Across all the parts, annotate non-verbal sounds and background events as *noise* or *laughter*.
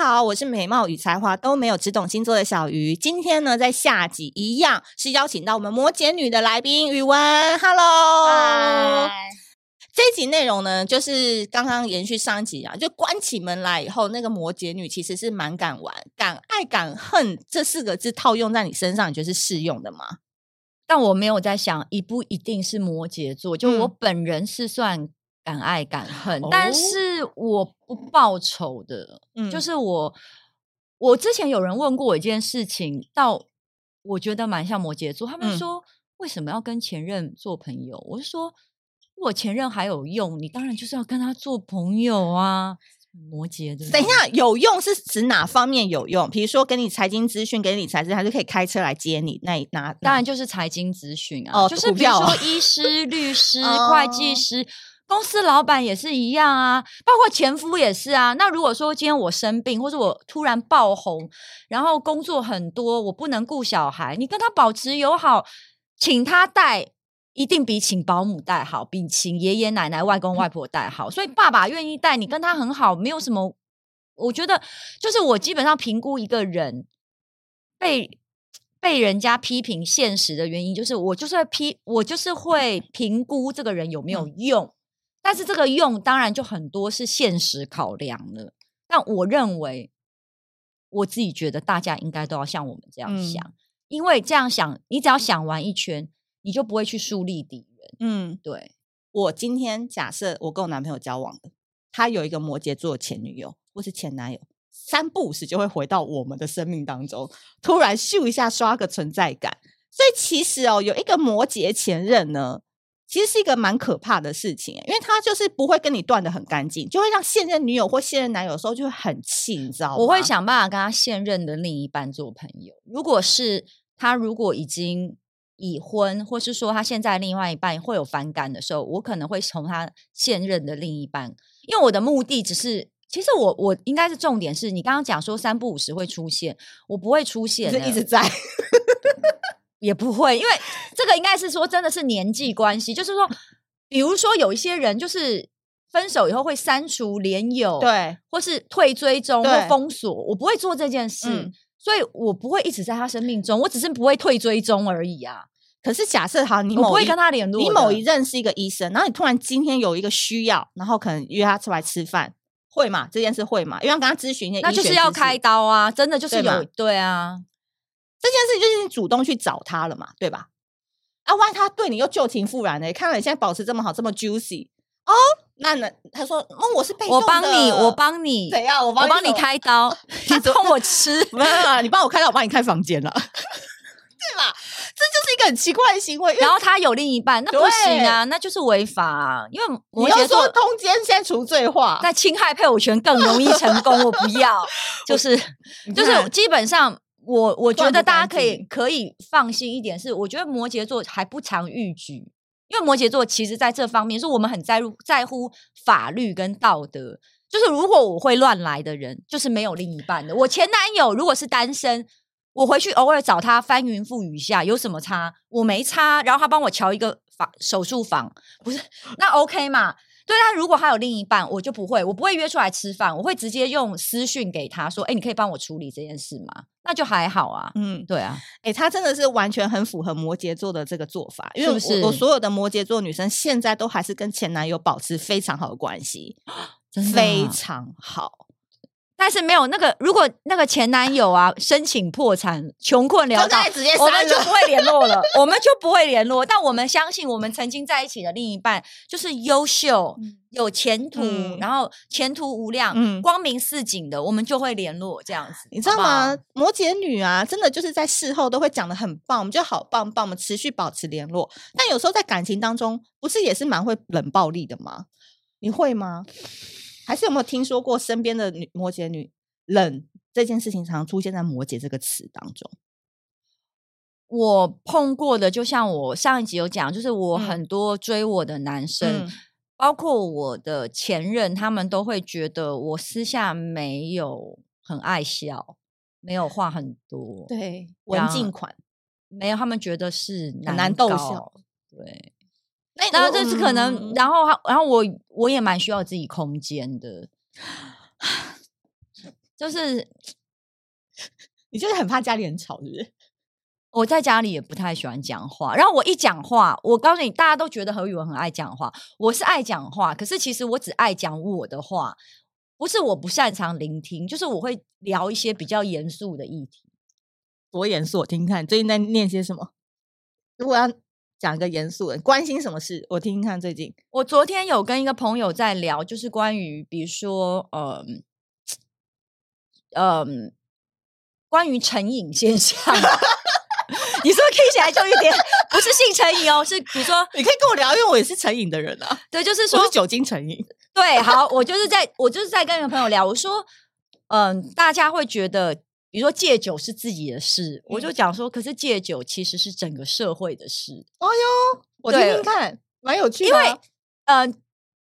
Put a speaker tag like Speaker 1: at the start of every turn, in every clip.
Speaker 1: 好，我是美貌与才华都没有，只懂星座的小鱼。今天呢，在下集一样是邀请到我们摩羯女的来宾宇文，Hello。
Speaker 2: 嗨
Speaker 1: 这一集内容呢，就是刚刚延续上一集啊，就关起门来以后，那个摩羯女其实是蛮敢玩、敢爱、敢恨这四个字套用在你身上，你觉得是适用的吗？
Speaker 2: 但我没有在想，一不一定是摩羯座，就
Speaker 1: 嗯
Speaker 2: 我本人是算敢爱敢恨，
Speaker 1: 哦
Speaker 2: 但是我不报仇的，
Speaker 1: 嗯
Speaker 2: 就是我，我之前有人问过我一件事情，到我觉得蛮像摩羯座，他
Speaker 1: 嗯
Speaker 2: 们说、为什么要跟前任做朋友？我是说，如果前任还有用，你当然就是要跟他做朋友啊。摩羯的，
Speaker 1: 等一下，有用是指哪方面有用？比如说给你财经资讯，给你理财资讯，还是可以开车来接你？那一哪
Speaker 2: 当
Speaker 1: 哪
Speaker 2: 然就是财经咨询啊，
Speaker 1: 哦
Speaker 2: 就是
Speaker 1: 股
Speaker 2: 比如
Speaker 1: 票啊
Speaker 2: 说医师、律师、
Speaker 1: 哦
Speaker 2: 会计师。公司老板也是一样啊，包括前夫也是啊。那如果说今天我生病，或者我突然爆红，然后工作很多，我不能顾小孩，你跟他保持友好，请他带，一定比请保姆带好，比请爷爷奶奶、外公外婆带好。所以爸爸愿意带你，跟他很好，没有什么。我觉得就是我基本上评估一个人，被被人家批评现实的原因，就是我就是会批，我就是会评估这个人有没有用，但是这个用当然就很多是现实考量了。但我认为，我自己觉得大家应该都要像我们这样
Speaker 1: 嗯
Speaker 2: 想，因为这样想，你只要想完一圈，你就不会去树立敌人。
Speaker 1: 嗯，
Speaker 2: 对，
Speaker 1: 我今天假设我跟我男朋友交往的，他有一个摩羯座的前女友或是前男友，三不五时就会回到我们的生命当中，突然咻一下刷个存在感。所以其实哦，有一个摩羯前任呢，其实是一个蛮可怕的事情，欸因为他就是不会跟你断的很干净，就会让现任女友或现任男友的时候就会很气，你知道吗？
Speaker 2: 我会想办法跟他现任的另一半做朋友。如果是他如果已经已婚，或是说他现在另外一半会有反感的时候，我可能会从他现任的另一半，因为我的目的只是。其实我我应该是重点是你刚刚讲说三不五时会出现，我不会出现
Speaker 1: 就
Speaker 2: 的，
Speaker 1: 一直在。 *laughs*
Speaker 2: 也不会，因为这个应该是说真的是年纪关系，就是说，比如说有一些人就是分手以后会删
Speaker 1: *laughs*
Speaker 2: 除连友，
Speaker 1: 对，
Speaker 2: 或是退追踪
Speaker 1: 对
Speaker 2: 或封锁，我不会做这件事，
Speaker 1: 嗯
Speaker 2: 所以我不会一直在他生命中，我只是不会退追踪而已啊，
Speaker 1: 可是假设好，你
Speaker 2: 我不
Speaker 1: 某
Speaker 2: 会
Speaker 1: 一
Speaker 2: 跟他联络的。
Speaker 1: 你某一任是一个医生，然后你突然今天有一个需要，然后可能约他出来吃饭，会嘛？这件事会嘛？因为要跟他咨询一些，
Speaker 2: 那就是要开刀啊，真的就是
Speaker 1: 对
Speaker 2: 有
Speaker 1: 嘛
Speaker 2: 对啊，
Speaker 1: 这件事，就是你主动去找他了嘛，对吧？啊，万一他对你又旧情复燃呢、看到你现在保持这么好，这么 juicy 哦，那呢？他说，哦，我是被
Speaker 2: 我
Speaker 1: 动
Speaker 2: 帮你，
Speaker 1: 的
Speaker 2: 我帮你，
Speaker 1: 怎样？我帮
Speaker 2: 我帮你
Speaker 1: 什么，
Speaker 2: 开刀，你
Speaker 1: 怎么
Speaker 2: 帮我吃。
Speaker 1: *laughs*
Speaker 2: *laughs*
Speaker 1: 没有啦，你帮我开刀，我帮你开房间了，对 *laughs* 吧？这就是一个很奇怪的行为，因为
Speaker 2: 然后他有另一半，那不行啊，那就是违法、啊，因为摩
Speaker 1: 你又
Speaker 2: 羯
Speaker 1: 说
Speaker 2: 座
Speaker 1: 通奸现在除罪化，
Speaker 2: 在侵害配偶权更容易成功，我不
Speaker 1: *laughs*
Speaker 2: 要，就是
Speaker 1: 你
Speaker 2: 就是
Speaker 1: 看
Speaker 2: 基本上。我我觉
Speaker 1: 断
Speaker 2: 得
Speaker 1: 不
Speaker 2: 大家
Speaker 1: 干
Speaker 2: 可以
Speaker 1: 净
Speaker 2: 可以放心一点是，我觉得摩羯座还不常逾矩，因为摩羯座其实在这方面是我们很在乎在乎法律跟道德。就是如果我会乱来的人，就是没有另一半的。我前男友如果是单身，我回去偶尔找他翻云覆雨一下，有什么差？我没差，然后他帮我瞧一个房手术房，不是那 OK 嘛？对他如果他有另一半，我就不会，我不会约出来吃饭，我会直接用私讯给他说：“哎、你可以帮我处理这件事吗？”那就还好啊。
Speaker 1: 嗯。
Speaker 2: 对啊，
Speaker 1: 哎、她真的是完全很符合摩羯座的这个做法，因为
Speaker 2: 是
Speaker 1: 我
Speaker 2: 不
Speaker 1: 我
Speaker 2: 是
Speaker 1: 所有的摩羯座女生现在都还是跟前男友保持非常好的关系，
Speaker 2: 真的啊
Speaker 1: 非常好，
Speaker 2: 但是没有那个，如果那个前男友啊申请破产、穷困潦
Speaker 1: 就
Speaker 2: 倒
Speaker 1: 在，直接
Speaker 2: *laughs* 我们
Speaker 1: 删
Speaker 2: 就
Speaker 1: 了。
Speaker 2: 不会联络
Speaker 1: *laughs*
Speaker 2: 了，我们就不会联络。但我们相信，我们曾经在一起的另一半就是优秀、
Speaker 1: 嗯
Speaker 2: 有前途，
Speaker 1: 嗯
Speaker 2: 然后前途无量、
Speaker 1: 嗯
Speaker 2: 光明似锦的，我们就会联络这样子。
Speaker 1: 你知道
Speaker 2: 好不好
Speaker 1: 吗？摩羯女啊，真的就是在事后都会讲的很棒，我们就好棒棒，我们持续保持联络。但有时候在感情当中，不是也是蛮会冷暴力的吗？你会吗？还是有没有听说过身边的女摩羯女冷这件事情，常常出现在摩羯这个词当中？
Speaker 2: 我碰过的，就像我上一集有讲，就是我
Speaker 1: 嗯
Speaker 2: 很多追我的男生，
Speaker 1: 嗯
Speaker 2: 包括我的前任，他们都会觉得我私下没有很爱笑，没有话很多，，
Speaker 1: 对，文
Speaker 2: 呀
Speaker 1: 静款。
Speaker 2: 没有，他们觉得是
Speaker 1: 很
Speaker 2: 难
Speaker 1: 难逗
Speaker 2: 搞
Speaker 1: 笑，
Speaker 2: 对。
Speaker 1: 那
Speaker 2: 然后
Speaker 1: 我
Speaker 2: 这是可能，
Speaker 1: 嗯
Speaker 2: 然后他然后我我也蛮需要自己空间的， *sighs* 就是
Speaker 1: 你就是很怕家里很吵，是不是？
Speaker 2: 我在家里也不太喜欢讲话，然后我一讲话，我告诉你，大家都觉得何宇文很爱讲话，我是爱讲话，可是其实我只爱讲我的话，不是我不擅长聆听，就是我会聊一些比较严肃的议题。
Speaker 1: 多严肃，我听听看最近在念些什么。如果要讲一个严肃的，关心什么事，我听听看最近。
Speaker 2: 我昨天有跟一个朋友在聊，就是关于比如说，嗯，嗯，关于成瘾现象。 *laughs* 你说听起来就有点不是性成瘾哦，是比如说
Speaker 1: 你可以跟我聊，因为我也是成瘾的人啊，
Speaker 2: 对，就是
Speaker 1: 我
Speaker 2: 说
Speaker 1: 是酒精成瘾。
Speaker 2: 对，好，我就是在我就是在跟一个朋友聊，我说，嗯、大家会觉得，比如说戒酒是自己的事，我就讲说，可是戒酒其实是整个社会的事，
Speaker 1: 哎呦，我听
Speaker 2: 对
Speaker 1: 听看，蛮有趣的啊。因为
Speaker 2: 嗯、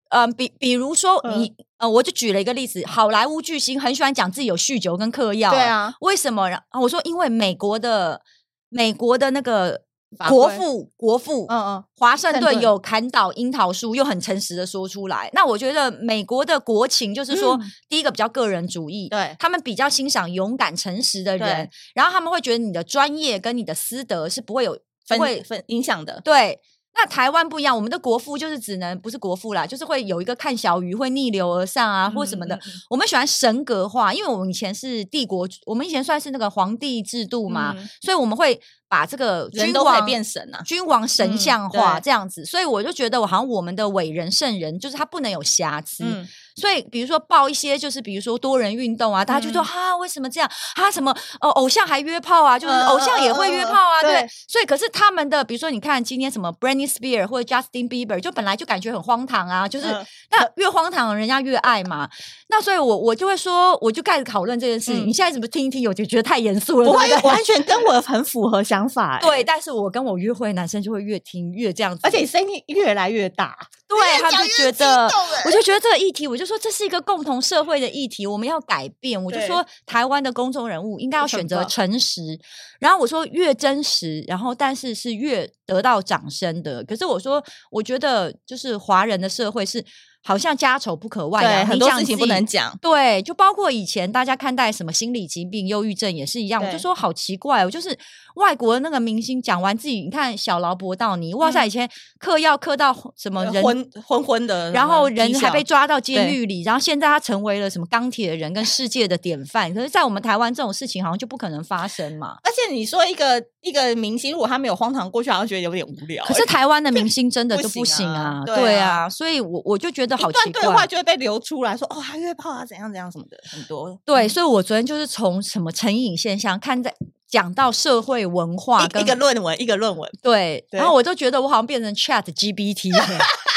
Speaker 2: 嗯、比比如说
Speaker 1: 嗯
Speaker 2: 你，呃，我就举了一个例子，好莱坞巨星很喜欢讲自己有酗酒跟嗑药，
Speaker 1: 对，啊，
Speaker 2: 为什么？然后我说，因为美国的美国的那个
Speaker 1: 法
Speaker 2: 国
Speaker 1: 规
Speaker 2: 父国父，
Speaker 1: 嗯嗯，
Speaker 2: 华盛
Speaker 1: 顿
Speaker 2: 顿有砍倒樱桃树，又很诚实的说出来。那我觉得美国的国情就是说，
Speaker 1: 嗯
Speaker 2: 第一个比较个人主义，
Speaker 1: 对
Speaker 2: 他们比较欣赏勇敢、诚实的人
Speaker 1: 对，
Speaker 2: 然后他们会觉得你的专业跟你的私德是不会有不会
Speaker 1: 分嗯分影响的。
Speaker 2: 对。那台湾不一样，我们的国父就是只能不是国父啦，就是会有一个看小鱼会逆流而上啊，或什么的。
Speaker 1: 嗯，嗯嗯
Speaker 2: 我们喜欢神格化，因为我们以前是帝国，我们以前算是那个皇帝制度嘛，
Speaker 1: 嗯
Speaker 2: 所以我们会把这个
Speaker 1: 人
Speaker 2: 君
Speaker 1: 都可以
Speaker 2: 王
Speaker 1: 变神啊。
Speaker 2: 君王神
Speaker 1: 嗯
Speaker 2: 像化
Speaker 1: 对
Speaker 2: 这样子，所以我就觉得我好像我们的伟人圣人就是他不能有瑕疵，
Speaker 1: 嗯，
Speaker 2: 所以比如说报一些就是比如说多人运动啊，大家就说
Speaker 1: 嗯
Speaker 2: 哈、为什么这样哈、什么呃偶像还约炮啊，就是
Speaker 1: 嗯
Speaker 2: 偶像也会约
Speaker 1: 嗯嗯嗯
Speaker 2: 炮啊，对
Speaker 1: 对，
Speaker 2: 所以可是他们的比如说你看今天什么 Britney Spears 或者 Justin Bieber 就本来就感觉很荒唐啊，就是
Speaker 1: 嗯
Speaker 2: 那越荒唐人家越爱嘛，那所以我我就会说我就开始讨论这件事情，
Speaker 1: 嗯
Speaker 2: 你现在怎么听一听我就觉得太严肃了，
Speaker 1: 不
Speaker 2: 对
Speaker 1: 会
Speaker 2: 对，
Speaker 1: 完全跟我很符合想 *laughs* 法、欸。
Speaker 2: 对，，但是我跟我约会的男生就会越听越这样子，
Speaker 1: 而且你声音越来越大，
Speaker 2: 对他们就觉得，我
Speaker 1: 就
Speaker 2: 就觉得这个议题，我就说这是一个共同社会的议题，我们要改变。我就
Speaker 1: 对
Speaker 2: 说台湾的公众人物应该要
Speaker 1: 很
Speaker 2: 选择
Speaker 1: 棒
Speaker 2: 诚实，然后我说越真实，然后但是是越得到掌声的。可是我说，我觉得就是华人的社会是好像家丑不可外
Speaker 1: 对
Speaker 2: 扬，
Speaker 1: 很
Speaker 2: 你
Speaker 1: 多
Speaker 2: 讲
Speaker 1: 事情
Speaker 2: 自
Speaker 1: 不
Speaker 2: 己
Speaker 1: 能讲。
Speaker 2: 对，就包括以前大家看待什么心理疾病、忧郁症也是一样，我就
Speaker 1: 对
Speaker 2: 说好奇怪、哦，就是外国的那个明星讲完自己，你看小劳勃道尼，哇塞，
Speaker 1: 嗯
Speaker 2: 以前嗑药嗑到什么
Speaker 1: 呃
Speaker 2: 人，
Speaker 1: 昏昏昏的，
Speaker 2: 然后人还被
Speaker 1: 踢
Speaker 2: 抓到监狱里，然后现在他成为了什么钢铁人跟世界的典范，可是，在我们台湾这种事情好像就不可能发生嘛。
Speaker 1: 笑。而且你说一个一个明星，如果他没有荒唐过去，好像觉得有点无聊欸。
Speaker 2: 可是台
Speaker 1: *laughs*
Speaker 2: 湾的明星真的
Speaker 1: 不
Speaker 2: 就不
Speaker 1: 行
Speaker 2: 行
Speaker 1: 啊
Speaker 2: 啊，
Speaker 1: 对
Speaker 2: 对
Speaker 1: 啊
Speaker 2: 啊，所以我我就觉得好
Speaker 1: 一段
Speaker 2: 奇怪，
Speaker 1: 对话就会被流出来说，哦，他约炮啊，怎样怎样什么的，很多。
Speaker 2: 对，
Speaker 1: 嗯
Speaker 2: 所以我昨天就是从什么成瘾现象看在讲到社会文化
Speaker 1: 一
Speaker 2: 跟
Speaker 1: 一个论文，一个论文，
Speaker 2: 对，然
Speaker 1: 对
Speaker 2: 后我就觉得我好像变成 Chat GPT 了，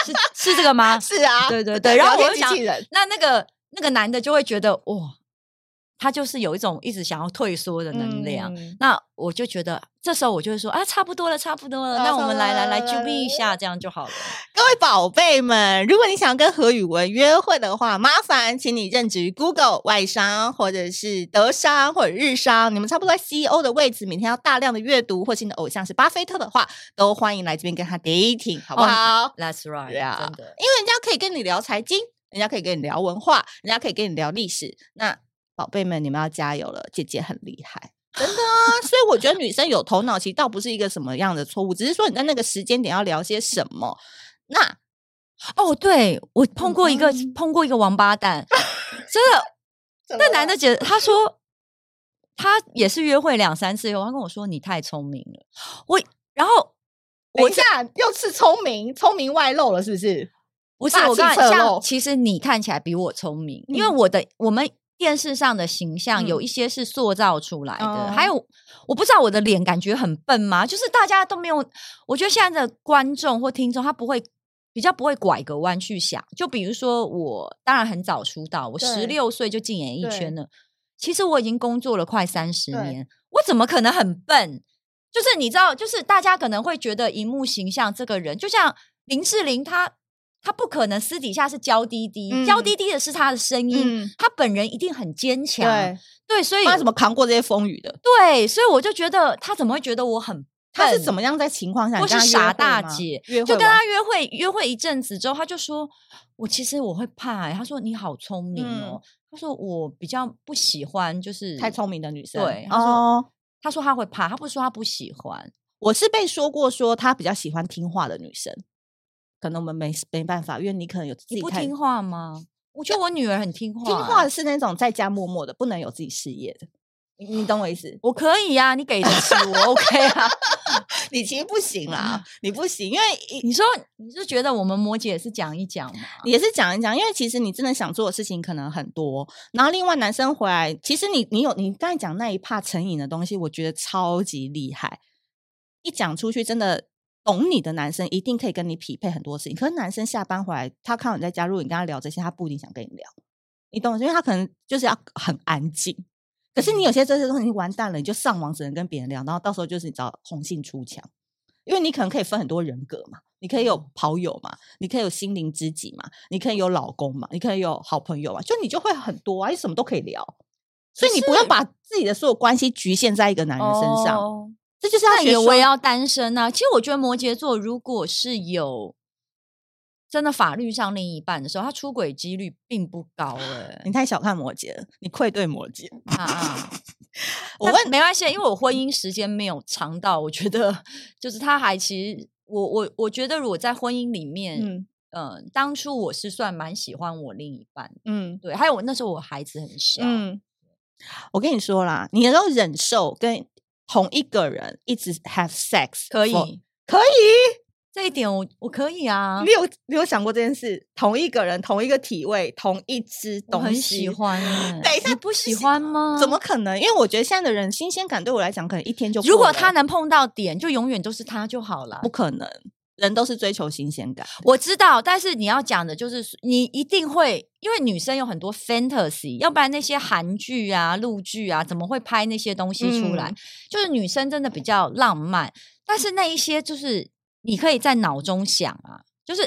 Speaker 2: 是是这个吗？
Speaker 1: 是啊，
Speaker 2: 对对对，然后
Speaker 1: 聊
Speaker 2: 我
Speaker 1: 天机
Speaker 2: 就想
Speaker 1: 器，人
Speaker 2: 那那个那个男的就会觉得哇，他就是有一种一直想要退缩的能量。
Speaker 1: 嗯
Speaker 2: 那我就觉得，这时候我就会说啊，差不多了，差不多了，
Speaker 1: 啊
Speaker 2: 那我
Speaker 1: 差不
Speaker 2: 们
Speaker 1: 多
Speaker 2: 来来
Speaker 1: 了
Speaker 2: 来
Speaker 1: 来来
Speaker 2: j 逼一
Speaker 1: 来
Speaker 2: 下，这样就好了。
Speaker 1: 各位宝贝们，如果你想跟何宇文约会的话，麻烦请你任职于 Google 外商，或者是德商或者日商，你们差不多在 CEO 的位置，每天要大量的阅读，或是你的偶像是巴菲特的话，都欢迎来这边跟他 dating，好不
Speaker 2: 哦
Speaker 1: 好？ *laughs*
Speaker 2: That's right，
Speaker 1: 对啊
Speaker 2: 真的。
Speaker 1: 因为人家可以跟你聊财经，人家可以跟你聊文化，人家可以跟你聊历史。那宝贝们，你们要加油了，姐姐很厉害，真的啊！所以我觉得女生有头脑，其实倒不是一个什么样的错误，只是说你在那个时间点要聊些什么。那
Speaker 2: 哦，对我碰过一个、
Speaker 1: 嗯
Speaker 2: 碰过一个王
Speaker 1: *laughs*
Speaker 2: 八蛋，真的，那男的姐他说他也是约会两三次以后，他跟我说你太聪明了，我然后
Speaker 1: 我下又是聪明，聪明外露了，是不是？
Speaker 2: 不是
Speaker 1: 霸
Speaker 2: 我
Speaker 1: 气
Speaker 2: 刚才
Speaker 1: 侧
Speaker 2: 像
Speaker 1: 漏
Speaker 2: 其实你看起来比我聪明，因为
Speaker 1: 嗯
Speaker 2: 我的我们。电视上的形象有
Speaker 1: 嗯
Speaker 2: 一些是塑造出来的，还
Speaker 1: 哦
Speaker 2: 有我不知道我的脸感觉很笨吗？就是大家都没有，我觉得现在的观众或听众他不会比较不会拐个弯去想。就比如说我，当然很早出道，我
Speaker 1: 对
Speaker 2: 十六岁就进演艺
Speaker 1: 对
Speaker 2: 圈了，其实我已经工作了快三十
Speaker 1: 对
Speaker 2: 年，我怎么可能很笨？就是你知道，就是大家可能会觉得荧幕形象这个人，就像林志玲她，她不可能私底下是娇滴滴，娇
Speaker 1: 嗯
Speaker 2: 滴滴的是她的声音，
Speaker 1: 嗯，
Speaker 2: 她本人一定很坚强，
Speaker 1: 对，
Speaker 2: 对，所以
Speaker 1: 他怎么扛过这些风雨的？
Speaker 2: 对，所以我就觉得她怎么会觉得我很
Speaker 1: 他是
Speaker 2: 笨
Speaker 1: 怎么样在情况下？你
Speaker 2: 我
Speaker 1: 跟
Speaker 2: 是
Speaker 1: 他约
Speaker 2: 傻
Speaker 1: 会
Speaker 2: 大
Speaker 1: 吗
Speaker 2: 姐，
Speaker 1: 约
Speaker 2: 就
Speaker 1: 会
Speaker 2: 跟
Speaker 1: 完
Speaker 2: 他约会，约会一阵子之后，他就说：“我其实我会怕、欸。”他说：“你好聪明
Speaker 1: 嗯
Speaker 2: 哦。他说：“我比较不喜欢，就是
Speaker 1: 太聪明的女生，
Speaker 2: 对他说
Speaker 1: 哦，
Speaker 2: 他说他会怕，他不是说他不喜欢。
Speaker 1: 我是被说过说她比较喜欢听话的女生，可能我们没没办法，因为你可能有自己
Speaker 2: 你不
Speaker 1: 太
Speaker 2: 听话吗？我觉得我女儿很听话、
Speaker 1: 听话
Speaker 2: 欸
Speaker 1: 的是那种在家默默的，不能有自己事业的。你你懂我意思？
Speaker 2: 我可以啊，你给得起我 OK 啊。
Speaker 1: 你其实不行 *laughs* 啦，你不行，因为
Speaker 2: *laughs* 你说你是觉得我们摩姐是讲一讲吗？
Speaker 1: 也是讲一讲，因为其实你真的想做的事情可能很多。然后另外男生回来，其实你你有你刚才讲那一怕成瘾的东西，我觉得超级厉害。一讲出去，真的懂你的男生一定可以跟你匹配很多事情。可是男生下班回来，他看到你在家，如果你跟他聊这些，他不一定想跟你聊，你懂我意思？因为他可能就是要很安静。可是你有些这些东西完蛋了，你就上网只能跟别人聊，然后到时候就是你找红杏出墙，因为你可能可以分很多人格嘛，你可以
Speaker 2: 嗯
Speaker 1: 有跑友嘛，你可以有心灵知己嘛，你可以有老公嘛，你可以有好朋友嘛，就你就会很多啊，你什么都可以聊，所以你不用
Speaker 2: 是
Speaker 1: 把自己的所有关系局限在一个男人身上，
Speaker 2: 哦
Speaker 1: 这就是要
Speaker 2: 那
Speaker 1: 学
Speaker 2: 也
Speaker 1: 双
Speaker 2: 我也要单身啊。其实我觉得摩羯座如果是有真的法律上另一半的时候，他出轨几率并不高哎、
Speaker 1: 你太小看摩羯了，你愧对摩羯。
Speaker 2: 啊 *laughs* 啊！
Speaker 1: 我
Speaker 2: 但
Speaker 1: 问，
Speaker 2: 没关系，因为我婚姻时间没有长到，我觉得就是他还其实我我我觉得如果在婚姻里面，嗯、
Speaker 1: 嗯
Speaker 2: 当初我是算蛮喜欢我另一半的，
Speaker 1: 嗯
Speaker 2: 对，还有我那时候我孩子很小，
Speaker 1: 嗯，我跟你说啦，你能够忍受跟同一个人一直 have sex，
Speaker 2: 可以
Speaker 1: for- 可以？
Speaker 2: 这一点我我可以啊
Speaker 1: 你，有你有想过这件事？同一个人，同一个体位，同一只
Speaker 2: 我
Speaker 1: 东西，
Speaker 2: 很喜欢、欸。
Speaker 1: *laughs* 等一下
Speaker 2: 你不喜欢吗？
Speaker 1: 怎么？可能？因为我觉得现在的人新鲜感对我来讲，可能一天就
Speaker 2: 如
Speaker 1: 过
Speaker 2: 果
Speaker 1: 了
Speaker 2: 他能碰到点，就永远都是他就好了
Speaker 1: 不。可能，人都是追求新鲜感。
Speaker 2: 我知道，但是你要讲的就是说你一定会，因为女生有很多 fantasy，要不然那些韩剧啊、陆剧啊，怎么会拍那些东西出来？
Speaker 1: 嗯
Speaker 2: 就是女生真的比较浪漫，但是那一些就是你可以在脑中想啊，就是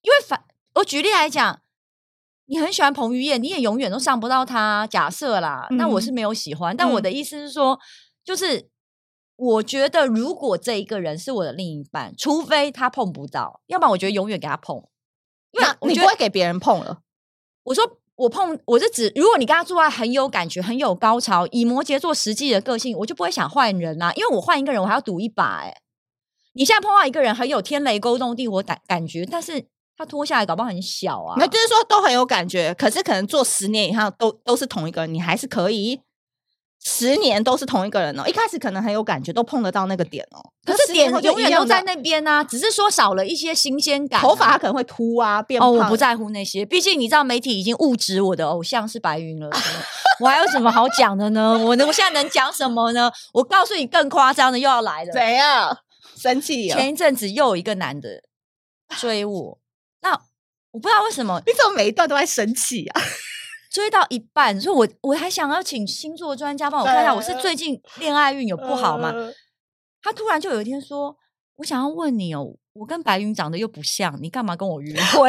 Speaker 2: 因为反我举例来讲。你很喜欢彭于晏，你也永远都上不到他。假设啦，那我是
Speaker 1: 嗯
Speaker 2: 没有喜欢，但我
Speaker 1: 嗯
Speaker 2: 的意思是说，就是我觉得，如果这一个人是我的另一半，除非他碰不到，要不然我觉得永远给他碰。因为
Speaker 1: 那
Speaker 2: 我
Speaker 1: 你
Speaker 2: 觉
Speaker 1: 不
Speaker 2: 得
Speaker 1: 会给别人碰了，
Speaker 2: 我说我碰，我是指如果你跟他做爱很有感觉、很有高潮，以摩羯座实际的个性，我就不会想换人啊啦、因为我换一个人，我还要赌一把、欸。你现在碰到一个人很有天雷勾动地火感感觉，但是他脱下来搞不好很小啊。
Speaker 1: 那就是说都很有感觉，可是可能做十年以上都都是同一个人，你还是可以十年都是同一个人哦。一开始可能很有感觉，都碰得到那个点哦，
Speaker 2: 可
Speaker 1: 是
Speaker 2: 是
Speaker 1: 十年
Speaker 2: 点
Speaker 1: 后就
Speaker 2: 永
Speaker 1: 一
Speaker 2: 远
Speaker 1: 样
Speaker 2: 都在
Speaker 1: 的
Speaker 2: 那边啊，只是说少了一些新鲜感啊、
Speaker 1: 头发它可能会秃啊变
Speaker 2: 哦，
Speaker 1: 胖。
Speaker 2: 我不在乎那些，毕竟你知道媒体已经误指我的偶像是白云了，什么我还有什么好讲的呢？我能我现在能讲什么呢？我告诉你，更夸张的又要来了。
Speaker 1: 怎样生气啊？
Speaker 2: 前一阵子又有一个男的追我，那我不知道为什么
Speaker 1: 你怎么每一段都在生气啊？
Speaker 2: 追到一半，所以我我还想要请星座专家帮我看一下，我是
Speaker 1: 呃 *laughs*
Speaker 2: 最近恋爱运有不好吗？
Speaker 1: 呃
Speaker 2: 他突然就有一天说：“我想要问你哦，我跟白云长得又不像，你干嘛跟我约会？”我好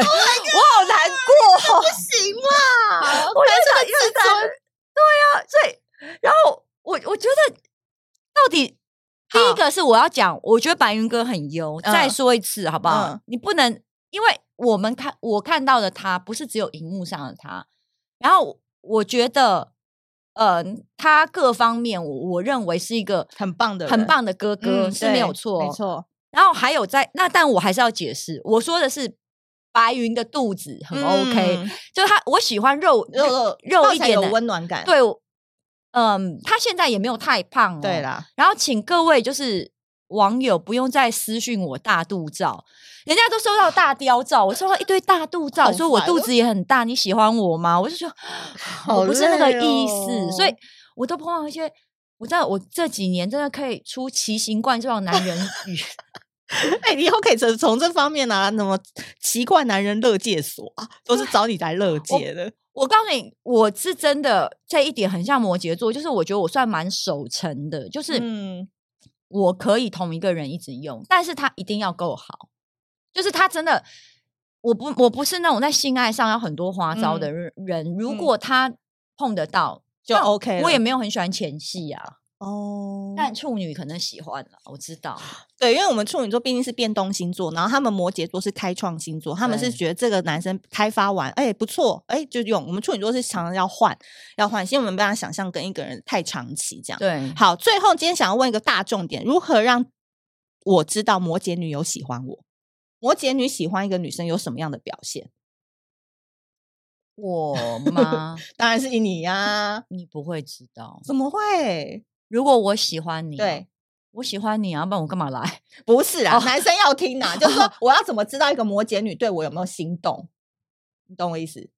Speaker 2: 难过哦、
Speaker 1: 不行啦！
Speaker 2: 我就想一直在，对啊，所以然后我我觉得到底第一
Speaker 1: 好
Speaker 2: 个是我要讲，我觉得白云哥很优，再
Speaker 1: 嗯
Speaker 2: 说一次好不好？
Speaker 1: 嗯
Speaker 2: 你不能因为我们看我看到的他不是只有荧幕上的他，然后我我觉得。呃，他各方面我我认为是一个
Speaker 1: 很棒的
Speaker 2: 很
Speaker 1: 人
Speaker 2: 棒的哥哥、
Speaker 1: 嗯
Speaker 2: 是没有
Speaker 1: 对
Speaker 2: 错，哦
Speaker 1: 没错。
Speaker 2: 然后还有在那，但我还是要解释，我说的是白云的肚子很 OK，、
Speaker 1: 嗯
Speaker 2: 就是他我喜欢肉
Speaker 1: 肉肉
Speaker 2: 肉一
Speaker 1: 哎才
Speaker 2: 点
Speaker 1: 有
Speaker 2: 的，
Speaker 1: 温暖感。
Speaker 2: 对，我嗯，他现在也没有太胖、哦，
Speaker 1: 对。啦，
Speaker 2: 然后请各位就是网友不用再私讯我大肚照，人家都收到大雕照，我收到一堆大肚照，
Speaker 1: 好
Speaker 2: 说我
Speaker 1: 烦
Speaker 2: 肚
Speaker 1: 哦
Speaker 2: 子也很大，你喜欢我吗？我就说我不是那个
Speaker 1: 累
Speaker 2: 意思，所以
Speaker 1: 哦
Speaker 2: 我都碰到一些。我知道我这几年真的可以出奇形怪状的男人
Speaker 1: *laughs*
Speaker 2: 语，
Speaker 1: *laughs* 哎、你以后可以从从这方面啊，那么奇怪男人乐界所啊，都是找你来乐界的。
Speaker 2: 我告诉你，我是真的这一点很像摩羯座，就是我觉得我算蛮守成的，就是
Speaker 1: 嗯，
Speaker 2: 我可以同一个人一直用，但是他一定要够好，就是他真的，我不我不是那种在性爱上要很多花招的人，人如
Speaker 1: 嗯
Speaker 2: 果他碰得到
Speaker 1: 就
Speaker 2: 那
Speaker 1: OK
Speaker 2: 我也
Speaker 1: 了
Speaker 2: 没有很喜欢前戏啊，
Speaker 1: 哦
Speaker 2: 但处女可能喜欢了，我知道。
Speaker 1: 对，因为我们处女座毕竟是变动星座，然后他们摩羯座是开创星座，他们是
Speaker 2: 对
Speaker 1: 觉得这个男生开发完，哎、不错，哎、就用。我们处女座是常常要换，要换，因为我们不想想象跟一个人太长期这样。
Speaker 2: 对，
Speaker 1: 好，最后今天想要问一个大重点：如何让我知道摩羯女有喜欢我？摩羯女喜欢一个女生有什么样的表现？
Speaker 2: *laughs* 我
Speaker 1: *laughs*
Speaker 2: 吗？
Speaker 1: 当然是你呀、
Speaker 2: 你不会知道。
Speaker 1: 怎么会？
Speaker 2: 如果我喜欢你，啊
Speaker 1: 对，，
Speaker 2: 我喜欢你啊，不然我干嘛来？ *laughs*
Speaker 1: 不是啊，
Speaker 2: 哦
Speaker 1: 男生要听
Speaker 2: *laughs*
Speaker 1: 呐、就是说我要怎么知道一个摩羯女对我有没有心动？你懂我意思？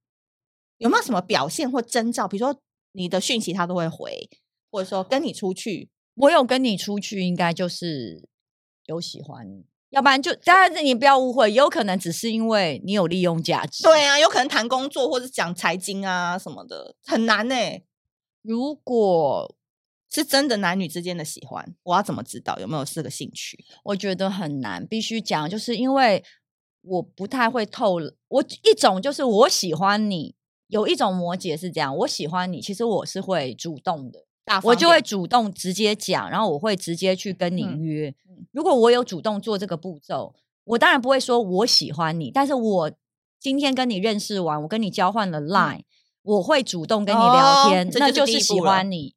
Speaker 1: 有没有什么表现或征兆？比如说你的讯息他都会回，或者说跟你出去，
Speaker 2: 我有跟你出去，应该就是有喜欢你，要不然就当然是你不要误会，有可能只是因为你有利用价值。
Speaker 1: 对啊，有可能谈工作或者讲财经啊什么的，很难欸呢、
Speaker 2: 如果
Speaker 1: 是真的男女之间的喜欢，我要怎么知道有没有这个兴趣？
Speaker 2: 我觉得很难，必须讲，就是因为我不太会透了。我一种就是我喜欢你，有一种摩羯是这样，我喜欢你，其实我是会主动的，
Speaker 1: 大
Speaker 2: 我
Speaker 1: 方
Speaker 2: 就会
Speaker 1: 点
Speaker 2: 主动直接讲，然后我会直接去跟你
Speaker 1: 嗯
Speaker 2: 约。
Speaker 1: 嗯
Speaker 2: 如果我有主动做这个步骤，我当然不会说我喜欢你，但是我今天跟你认识完，我跟你交换了 Line，、我会主动跟你
Speaker 1: 嗯哦
Speaker 2: 聊天，
Speaker 1: 这
Speaker 2: 那
Speaker 1: 就
Speaker 2: 就
Speaker 1: 第
Speaker 2: 是是
Speaker 1: 一
Speaker 2: 喜
Speaker 1: 步了
Speaker 2: 欢你。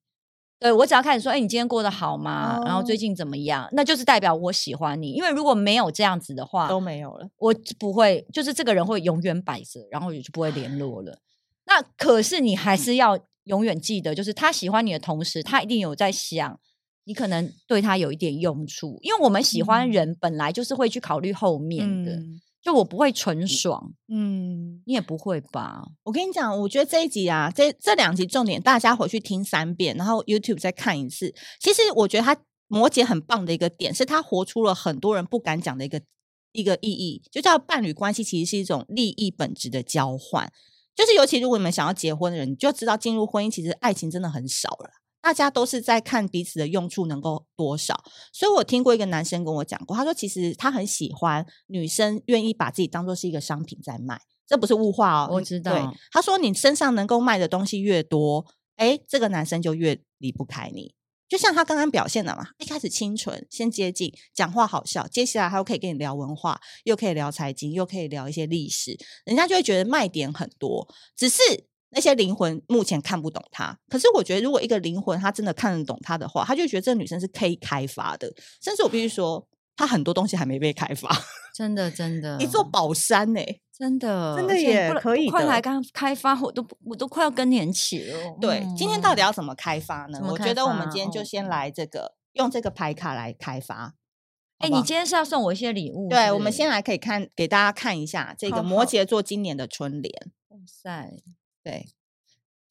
Speaker 2: 对我只要开始说，哎、你今天过得好吗？然后最
Speaker 1: 哦
Speaker 2: 近怎么样？那就是代表我喜欢你，因为如果没有这样子的话，
Speaker 1: 都没有了。
Speaker 2: 我就不会，就是这个人会永远摆着，然后也就不会联络了。那可是你还是要永远记得，就是他喜欢你的同时，他一定有在想你可能对他有一点用处，因为我们喜欢
Speaker 1: 嗯
Speaker 2: 人本来就是会去考虑后面的，
Speaker 1: 嗯
Speaker 2: 就我不会纯爽，
Speaker 1: 嗯，
Speaker 2: 你也不会吧？
Speaker 1: 我跟你讲，我觉得这一集啊，这这两集重点，大家回去听三遍，然后 YouTube 再看一次。其实我觉得他摩羯很棒的一个点，是他活出了很多人不敢讲的一个一个意义，就叫伴侣关系其实是一种利益本质的交换。就是尤其如果你们想要结婚的人，你就知道进入婚姻其实爱情真的很少了。大家都是在看彼此的用处能够多少，所以我听过一个男生跟我讲过，他说其实他很喜欢女生愿意把自己当做是一个商品在卖，这不是物化哦。
Speaker 2: 我
Speaker 1: 你
Speaker 2: 知
Speaker 1: 对
Speaker 2: 道
Speaker 1: 他说你身上能够卖的东西越多，哎，这个男生就越离不开你。就像他刚刚表现的嘛，一开始清纯，先接近，讲话好笑，接下来他又可以跟你聊文化，又可以聊财经，又可以聊一些历史，人家就会觉得卖点很多。只是那些灵魂目前看不懂他，可是我觉得如果一个灵魂他真的看得懂他的话，他就觉得这个女生是可以开发的，甚至我必须说，他很多东西还没被开发，
Speaker 2: 真的真的，
Speaker 1: 一座宝山呢、
Speaker 2: 真的
Speaker 1: 真的
Speaker 2: 而且
Speaker 1: 耶
Speaker 2: 不然
Speaker 1: 可以
Speaker 2: 快
Speaker 1: 的
Speaker 2: 来刚开发，我都我都快要更年期了。
Speaker 1: 对，今天到底
Speaker 2: 嗯
Speaker 1: 要怎么开发呢
Speaker 2: 怎？么
Speaker 1: 我
Speaker 2: 开
Speaker 1: 觉得我们
Speaker 2: 发
Speaker 1: 今天就
Speaker 2: 哦
Speaker 1: 先来这个，用这个牌卡来开发。好不
Speaker 2: 哎、你
Speaker 1: 好
Speaker 2: 今天是要送我一些礼物？
Speaker 1: 对，
Speaker 2: 是
Speaker 1: 我
Speaker 2: 不
Speaker 1: 们
Speaker 2: 是
Speaker 1: 先来可以看给大家看一下这
Speaker 2: 好
Speaker 1: 个摩
Speaker 2: 好
Speaker 1: 羯座今年的春联。
Speaker 2: 哇塞，
Speaker 1: 对，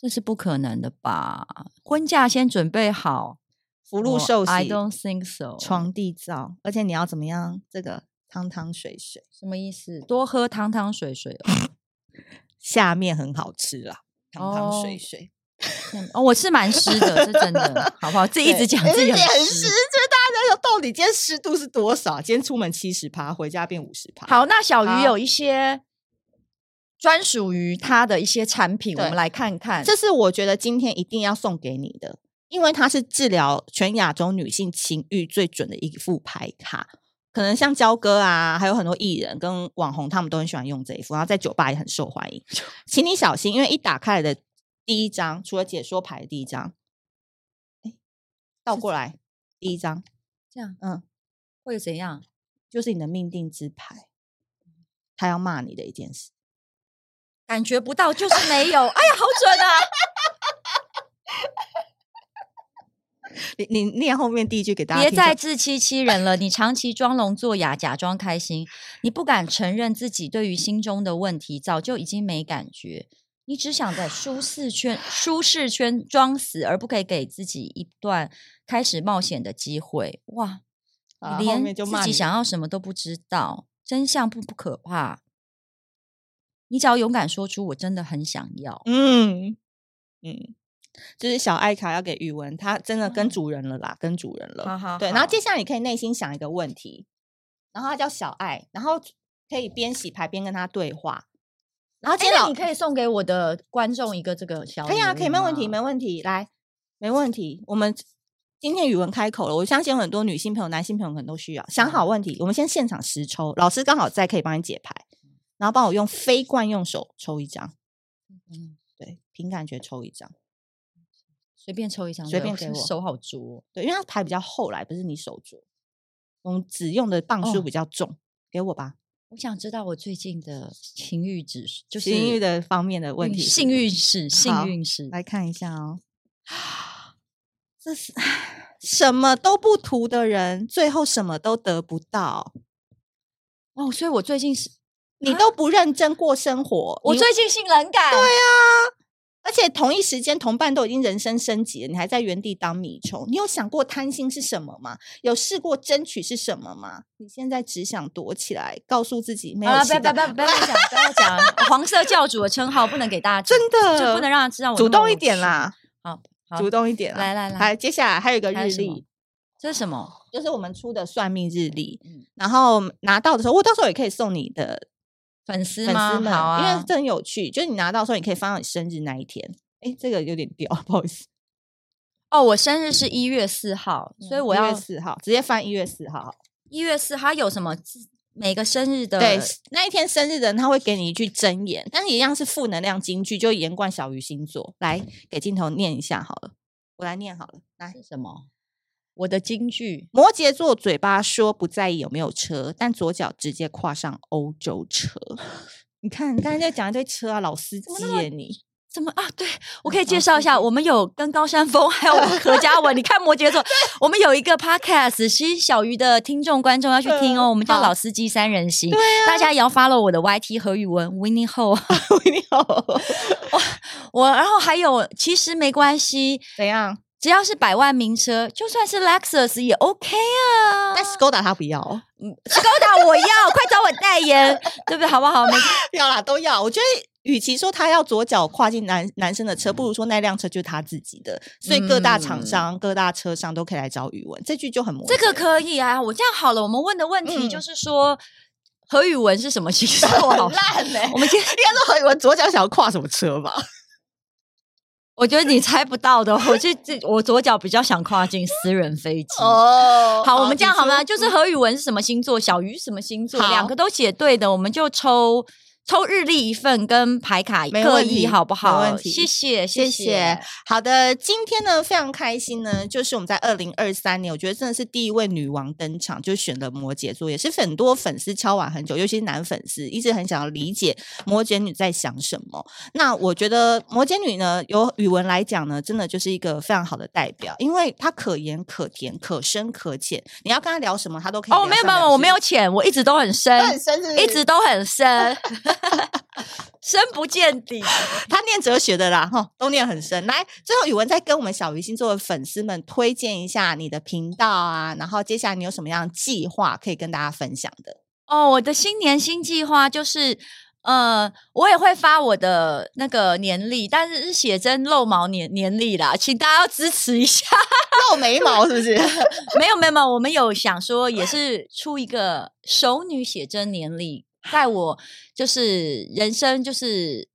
Speaker 2: 这是不可能的吧？婚假先准备好，
Speaker 1: 福禄
Speaker 2: 我
Speaker 1: 寿喜，
Speaker 2: I don't think so。
Speaker 1: 床地皂，而且你要怎么样？这个汤汤水水，
Speaker 2: 什么意思？多喝汤汤水水哦
Speaker 1: 下面很好吃啦，汤汤水
Speaker 2: 哦
Speaker 1: 水。
Speaker 2: 嗯哦。我是蛮湿的，是
Speaker 1: *laughs*
Speaker 2: 真的，好不好？自己一直
Speaker 1: 对
Speaker 2: 讲
Speaker 1: 哎
Speaker 2: 自己
Speaker 1: 这也很湿，
Speaker 2: 湿
Speaker 1: 就。是大家在说到底今天湿度是多少？今天出门七十趴，回家变五十趴。，
Speaker 2: 好，那小
Speaker 1: 好
Speaker 2: 鱼有一些专属于它的一些产品，我
Speaker 1: 对
Speaker 2: 们来看看。
Speaker 1: 这是我觉得今天一定要送给你的，因为它是治疗全亚洲女性情欲最准的一副牌卡。可能像焦哥啊，还有很多艺人跟网红，他们都很喜欢用这一副，然后在酒吧也很受欢 *laughs* 迎。请你小心，因为一打开来的第一张，除了解说牌的第一张，哎，倒过来第一张
Speaker 2: 这样
Speaker 1: 嗯
Speaker 2: 会怎样？
Speaker 1: 就是你的命定之牌，他要骂你的一件事。
Speaker 2: 感觉不到，就是没有。哎呀，好准啊！
Speaker 1: 你你念后面第一句给大家
Speaker 2: 别
Speaker 1: 听就，
Speaker 2: 再自欺欺人了！你长期装聋作哑，假装开心，你不敢承认自己对于心中的问题早就已经没感觉，你只想在舒适圈、舒适圈装死，而不可以给自己一段开始冒险的机会。哇，
Speaker 1: 啊
Speaker 2: 你
Speaker 1: 后面
Speaker 2: 连
Speaker 1: 就
Speaker 2: 自
Speaker 1: 骂
Speaker 2: 己
Speaker 1: 你
Speaker 2: 想要什么都不知道，真相不不可怕。你只要勇敢说出“我真的很想要
Speaker 1: 嗯嗯，就是小艾卡要给宇文，他真的跟主人了啦，跟主人”，了。
Speaker 2: 好
Speaker 1: 对，然后接下来你可以内心想一个问题，然后他叫小艾，然后可以边洗牌边跟他对话。然后
Speaker 2: 哎
Speaker 1: 接，着
Speaker 2: 那你可以送给我的观众一个这个小
Speaker 1: 可以啊，
Speaker 2: 礼
Speaker 1: 可以，
Speaker 2: 物
Speaker 1: 没问题，
Speaker 2: 吗
Speaker 1: 没问题，来，没问题，我们今天语文开口了，我相信有很多女性朋友、男性朋友可能都需要。想
Speaker 2: 嗯
Speaker 1: 好问题，我们先现场实抽，老师刚好在，可以帮你解牌，然后帮我用非惯用手抽一张，
Speaker 2: 嗯，
Speaker 1: 对，凭感觉抽一张，
Speaker 2: 随便抽一张，
Speaker 1: 随便给我
Speaker 2: 手好拙。
Speaker 1: 对，因为它牌比较厚来，不是你手镯，我们只用的磅数
Speaker 2: 哦
Speaker 1: 比较重，给我吧。
Speaker 2: 我想知道我最近的情欲指数，就是嗯
Speaker 1: 情欲的方面的问
Speaker 2: 运
Speaker 1: 题是
Speaker 2: 幸
Speaker 1: 不是
Speaker 2: 运史，
Speaker 1: 好
Speaker 2: 幸运史。
Speaker 1: 来看一下哦，这是什么都不图的人，最后什么都得不到。
Speaker 2: 哦，所以我最近是，
Speaker 1: 你
Speaker 2: 啊
Speaker 1: 都不认真过生活，
Speaker 2: 我
Speaker 1: 你
Speaker 2: 最近性冷感。对呀、
Speaker 1: 而且同一时间，同伴都已经人生升级了，你还在原地当米虫。你有想过贪心是什么吗？有试过争取是什么吗？你现在只想躲起来，告诉自己没有
Speaker 2: 好了，
Speaker 1: 期
Speaker 2: 啊不要不要
Speaker 1: 待
Speaker 2: 不要不要讲，不要
Speaker 1: *laughs*
Speaker 2: 讲黄色教主的称号不能给大家知，
Speaker 1: 真的
Speaker 2: 就不能让他知道我
Speaker 1: 主
Speaker 2: 那么
Speaker 1: 动一
Speaker 2: 无
Speaker 1: 点
Speaker 2: 趣。
Speaker 1: 啦，
Speaker 2: 好，好
Speaker 1: 主动一点啦。
Speaker 2: 来来来
Speaker 1: 来，接下来还有一个日
Speaker 2: 还有什么
Speaker 1: 历，
Speaker 2: 这是什么？
Speaker 1: 就是我们出的算命日历。
Speaker 2: 嗯
Speaker 1: 然后拿到的时候，我到时候也可以送你的
Speaker 2: 粉丝
Speaker 1: 粉
Speaker 2: 吗？
Speaker 1: 丝们，
Speaker 2: 好啊，
Speaker 1: 因为这很有趣。就是你拿到的时候，你可以放到你生日那一天。哎，这个有点掉，不好意思。
Speaker 2: 哦，我生日是一月四号，所以我
Speaker 1: 嗯一
Speaker 2: 要
Speaker 1: 月四号，直接翻一月四号好了。
Speaker 2: 一月四号有什么自每个生日的
Speaker 1: 对，那一天生日的人他会给你一句真言，但是一样是负能量金句，就言冠小于星座。来，给镜头念一下好了，我来念好了。来，
Speaker 2: 是什么？我的京剧
Speaker 1: 摩羯座嘴巴说不在意有没有车，但左脚直接跨上欧洲车。 *laughs* 你看，你刚才在讲一堆车啊，老司机
Speaker 2: 么那么
Speaker 1: 耶你。
Speaker 2: 怎么啊？对，
Speaker 1: 嗯
Speaker 2: 我可以介
Speaker 1: 好
Speaker 2: 绍
Speaker 1: 谢
Speaker 2: 一下，我们有跟高山峰 *laughs* 还有何嘉文，你看摩
Speaker 1: *laughs*
Speaker 2: 羯座，我们有一个 podcast，其实小鱼的听众观众要去听哦，我们叫
Speaker 1: 嗯好啊
Speaker 2: 老司机三人行，大家也要 follow 我的 YT 何宇文
Speaker 1: *laughs*
Speaker 2: Winning 后，
Speaker 1: 你好，
Speaker 2: 我然后还有其实没关系，
Speaker 1: 怎样？
Speaker 2: 只要是百万名车，就算是 Lexus 也 OK 啊。
Speaker 1: 但 Skoda 他不要哦，
Speaker 2: 高达我要， *laughs* 快找我代言，对不对？好不好？没
Speaker 1: 要啦都要。我觉得，与其说他要左脚跨进男男生的车，不如说那辆车就是他自己的。所以各大厂
Speaker 2: 嗯
Speaker 1: 商、各大车商都可以来找宇文，这句就很摩羯。
Speaker 2: 这个可以啊。我这样好了，我们问的问题
Speaker 1: 嗯
Speaker 2: 就是说，何宇文是什么 *laughs* 星座？好了，
Speaker 1: 烂呢、
Speaker 2: 我们今天
Speaker 1: 哦 *laughs* 应该说何宇文左脚想要跨什么车吧？
Speaker 2: 我觉得你猜不到的，哦我这这我左脚比较想跨进私人飞机。
Speaker 1: *laughs* 哦
Speaker 2: 好，我们这样好吗？就是
Speaker 1: 何
Speaker 2: 何宇文是什么星座，小鱼什么星座，
Speaker 1: 好
Speaker 2: 两个都写对的，我们就抽抽日历一份跟牌卡
Speaker 1: 没
Speaker 2: 各
Speaker 1: 问题
Speaker 2: 一，好不好？
Speaker 1: 没问题
Speaker 2: 谢谢，
Speaker 1: 谢谢
Speaker 2: 谢。。
Speaker 1: 好的，今天呢非常开心呢，就是我们在二零二三年，我觉得真的是第一位女王登场，就选了摩羯座，也是很多粉丝敲碗很久，尤其是男粉丝，一直很想要理解摩羯女在想什么。那我觉得摩羯女呢，由语文来讲呢，真的就是一个非常好的代表，因为她可盐可甜，可深可浅，你要跟她聊什么，她都可以。
Speaker 2: 哦，没有没有，我没有，浅，我一直都很深，
Speaker 1: 很深是不是
Speaker 2: 一直都
Speaker 1: *laughs*
Speaker 2: 很深， *laughs* 深不见底。
Speaker 1: 他念哲学的啦，哈，都念很深。来，最后宇文再跟我们小鱼星座的粉丝们推荐一下你的频道啊，然后接下来你有什么样的计划可以跟大家分享的？
Speaker 2: 哦，我的新年新计划就是，呃，我也会发我的那个年历，但是是写真露毛年年历啦，请大家要支持一下。 *laughs*
Speaker 1: 露眉毛是不是？
Speaker 2: 没有没有没有，我们有想说也是出一个熟女写真年历，在我就是人生就是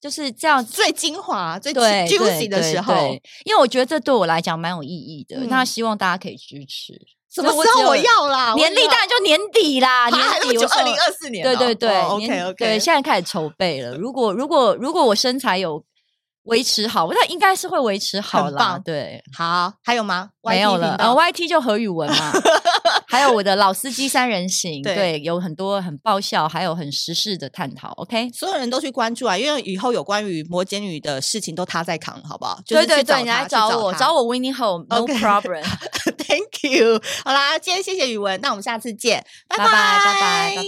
Speaker 2: 就是这
Speaker 1: *laughs*
Speaker 2: 样
Speaker 1: 最精华、最
Speaker 2: 对
Speaker 1: juicy
Speaker 2: 对
Speaker 1: 的
Speaker 2: 对
Speaker 1: 时候
Speaker 2: 对，因为我觉得这对我来讲蛮有意义的，
Speaker 1: 嗯
Speaker 2: 那希望大家可以支持。
Speaker 1: 什
Speaker 2: 所
Speaker 1: 么
Speaker 2: 以我
Speaker 1: 时
Speaker 2: 只
Speaker 1: 候
Speaker 2: 有
Speaker 1: 我要啦？
Speaker 2: 年历当然就年
Speaker 1: *laughs*
Speaker 2: 底啦，年底
Speaker 1: 就
Speaker 2: 有时候
Speaker 1: 二零二四年哦、
Speaker 2: 对对对、
Speaker 1: ，OK
Speaker 2: 年
Speaker 1: OK，
Speaker 2: 对，现在开始筹备了。如果如果如果我身材有维持好，那应该是会维持好
Speaker 1: 很
Speaker 2: 啦。
Speaker 1: 棒
Speaker 2: 对，
Speaker 1: 好，还有吗？
Speaker 2: 没
Speaker 1: YT
Speaker 2: 有
Speaker 1: 频
Speaker 2: 了。呃
Speaker 1: 道
Speaker 2: ，YT 就何宇文嘛，还有我的老司机三人行，
Speaker 1: 对
Speaker 2: 对，有很多很爆笑，还有很时事的探讨。OK，
Speaker 1: 所有人都去关注啊，因为以后有关于摩羯女的事情都她在扛了，好不好？就是
Speaker 2: 对对
Speaker 1: 去
Speaker 2: 对，你
Speaker 1: 她
Speaker 2: 来
Speaker 1: 去
Speaker 2: 找我，
Speaker 1: 她
Speaker 2: 找我 Winning Home，No
Speaker 1: OK
Speaker 2: *laughs*
Speaker 1: *laughs*
Speaker 2: problem。
Speaker 1: Thank you。好啦，今天谢谢宇文，那我们下次见，拜
Speaker 2: 拜拜拜拜拜拜。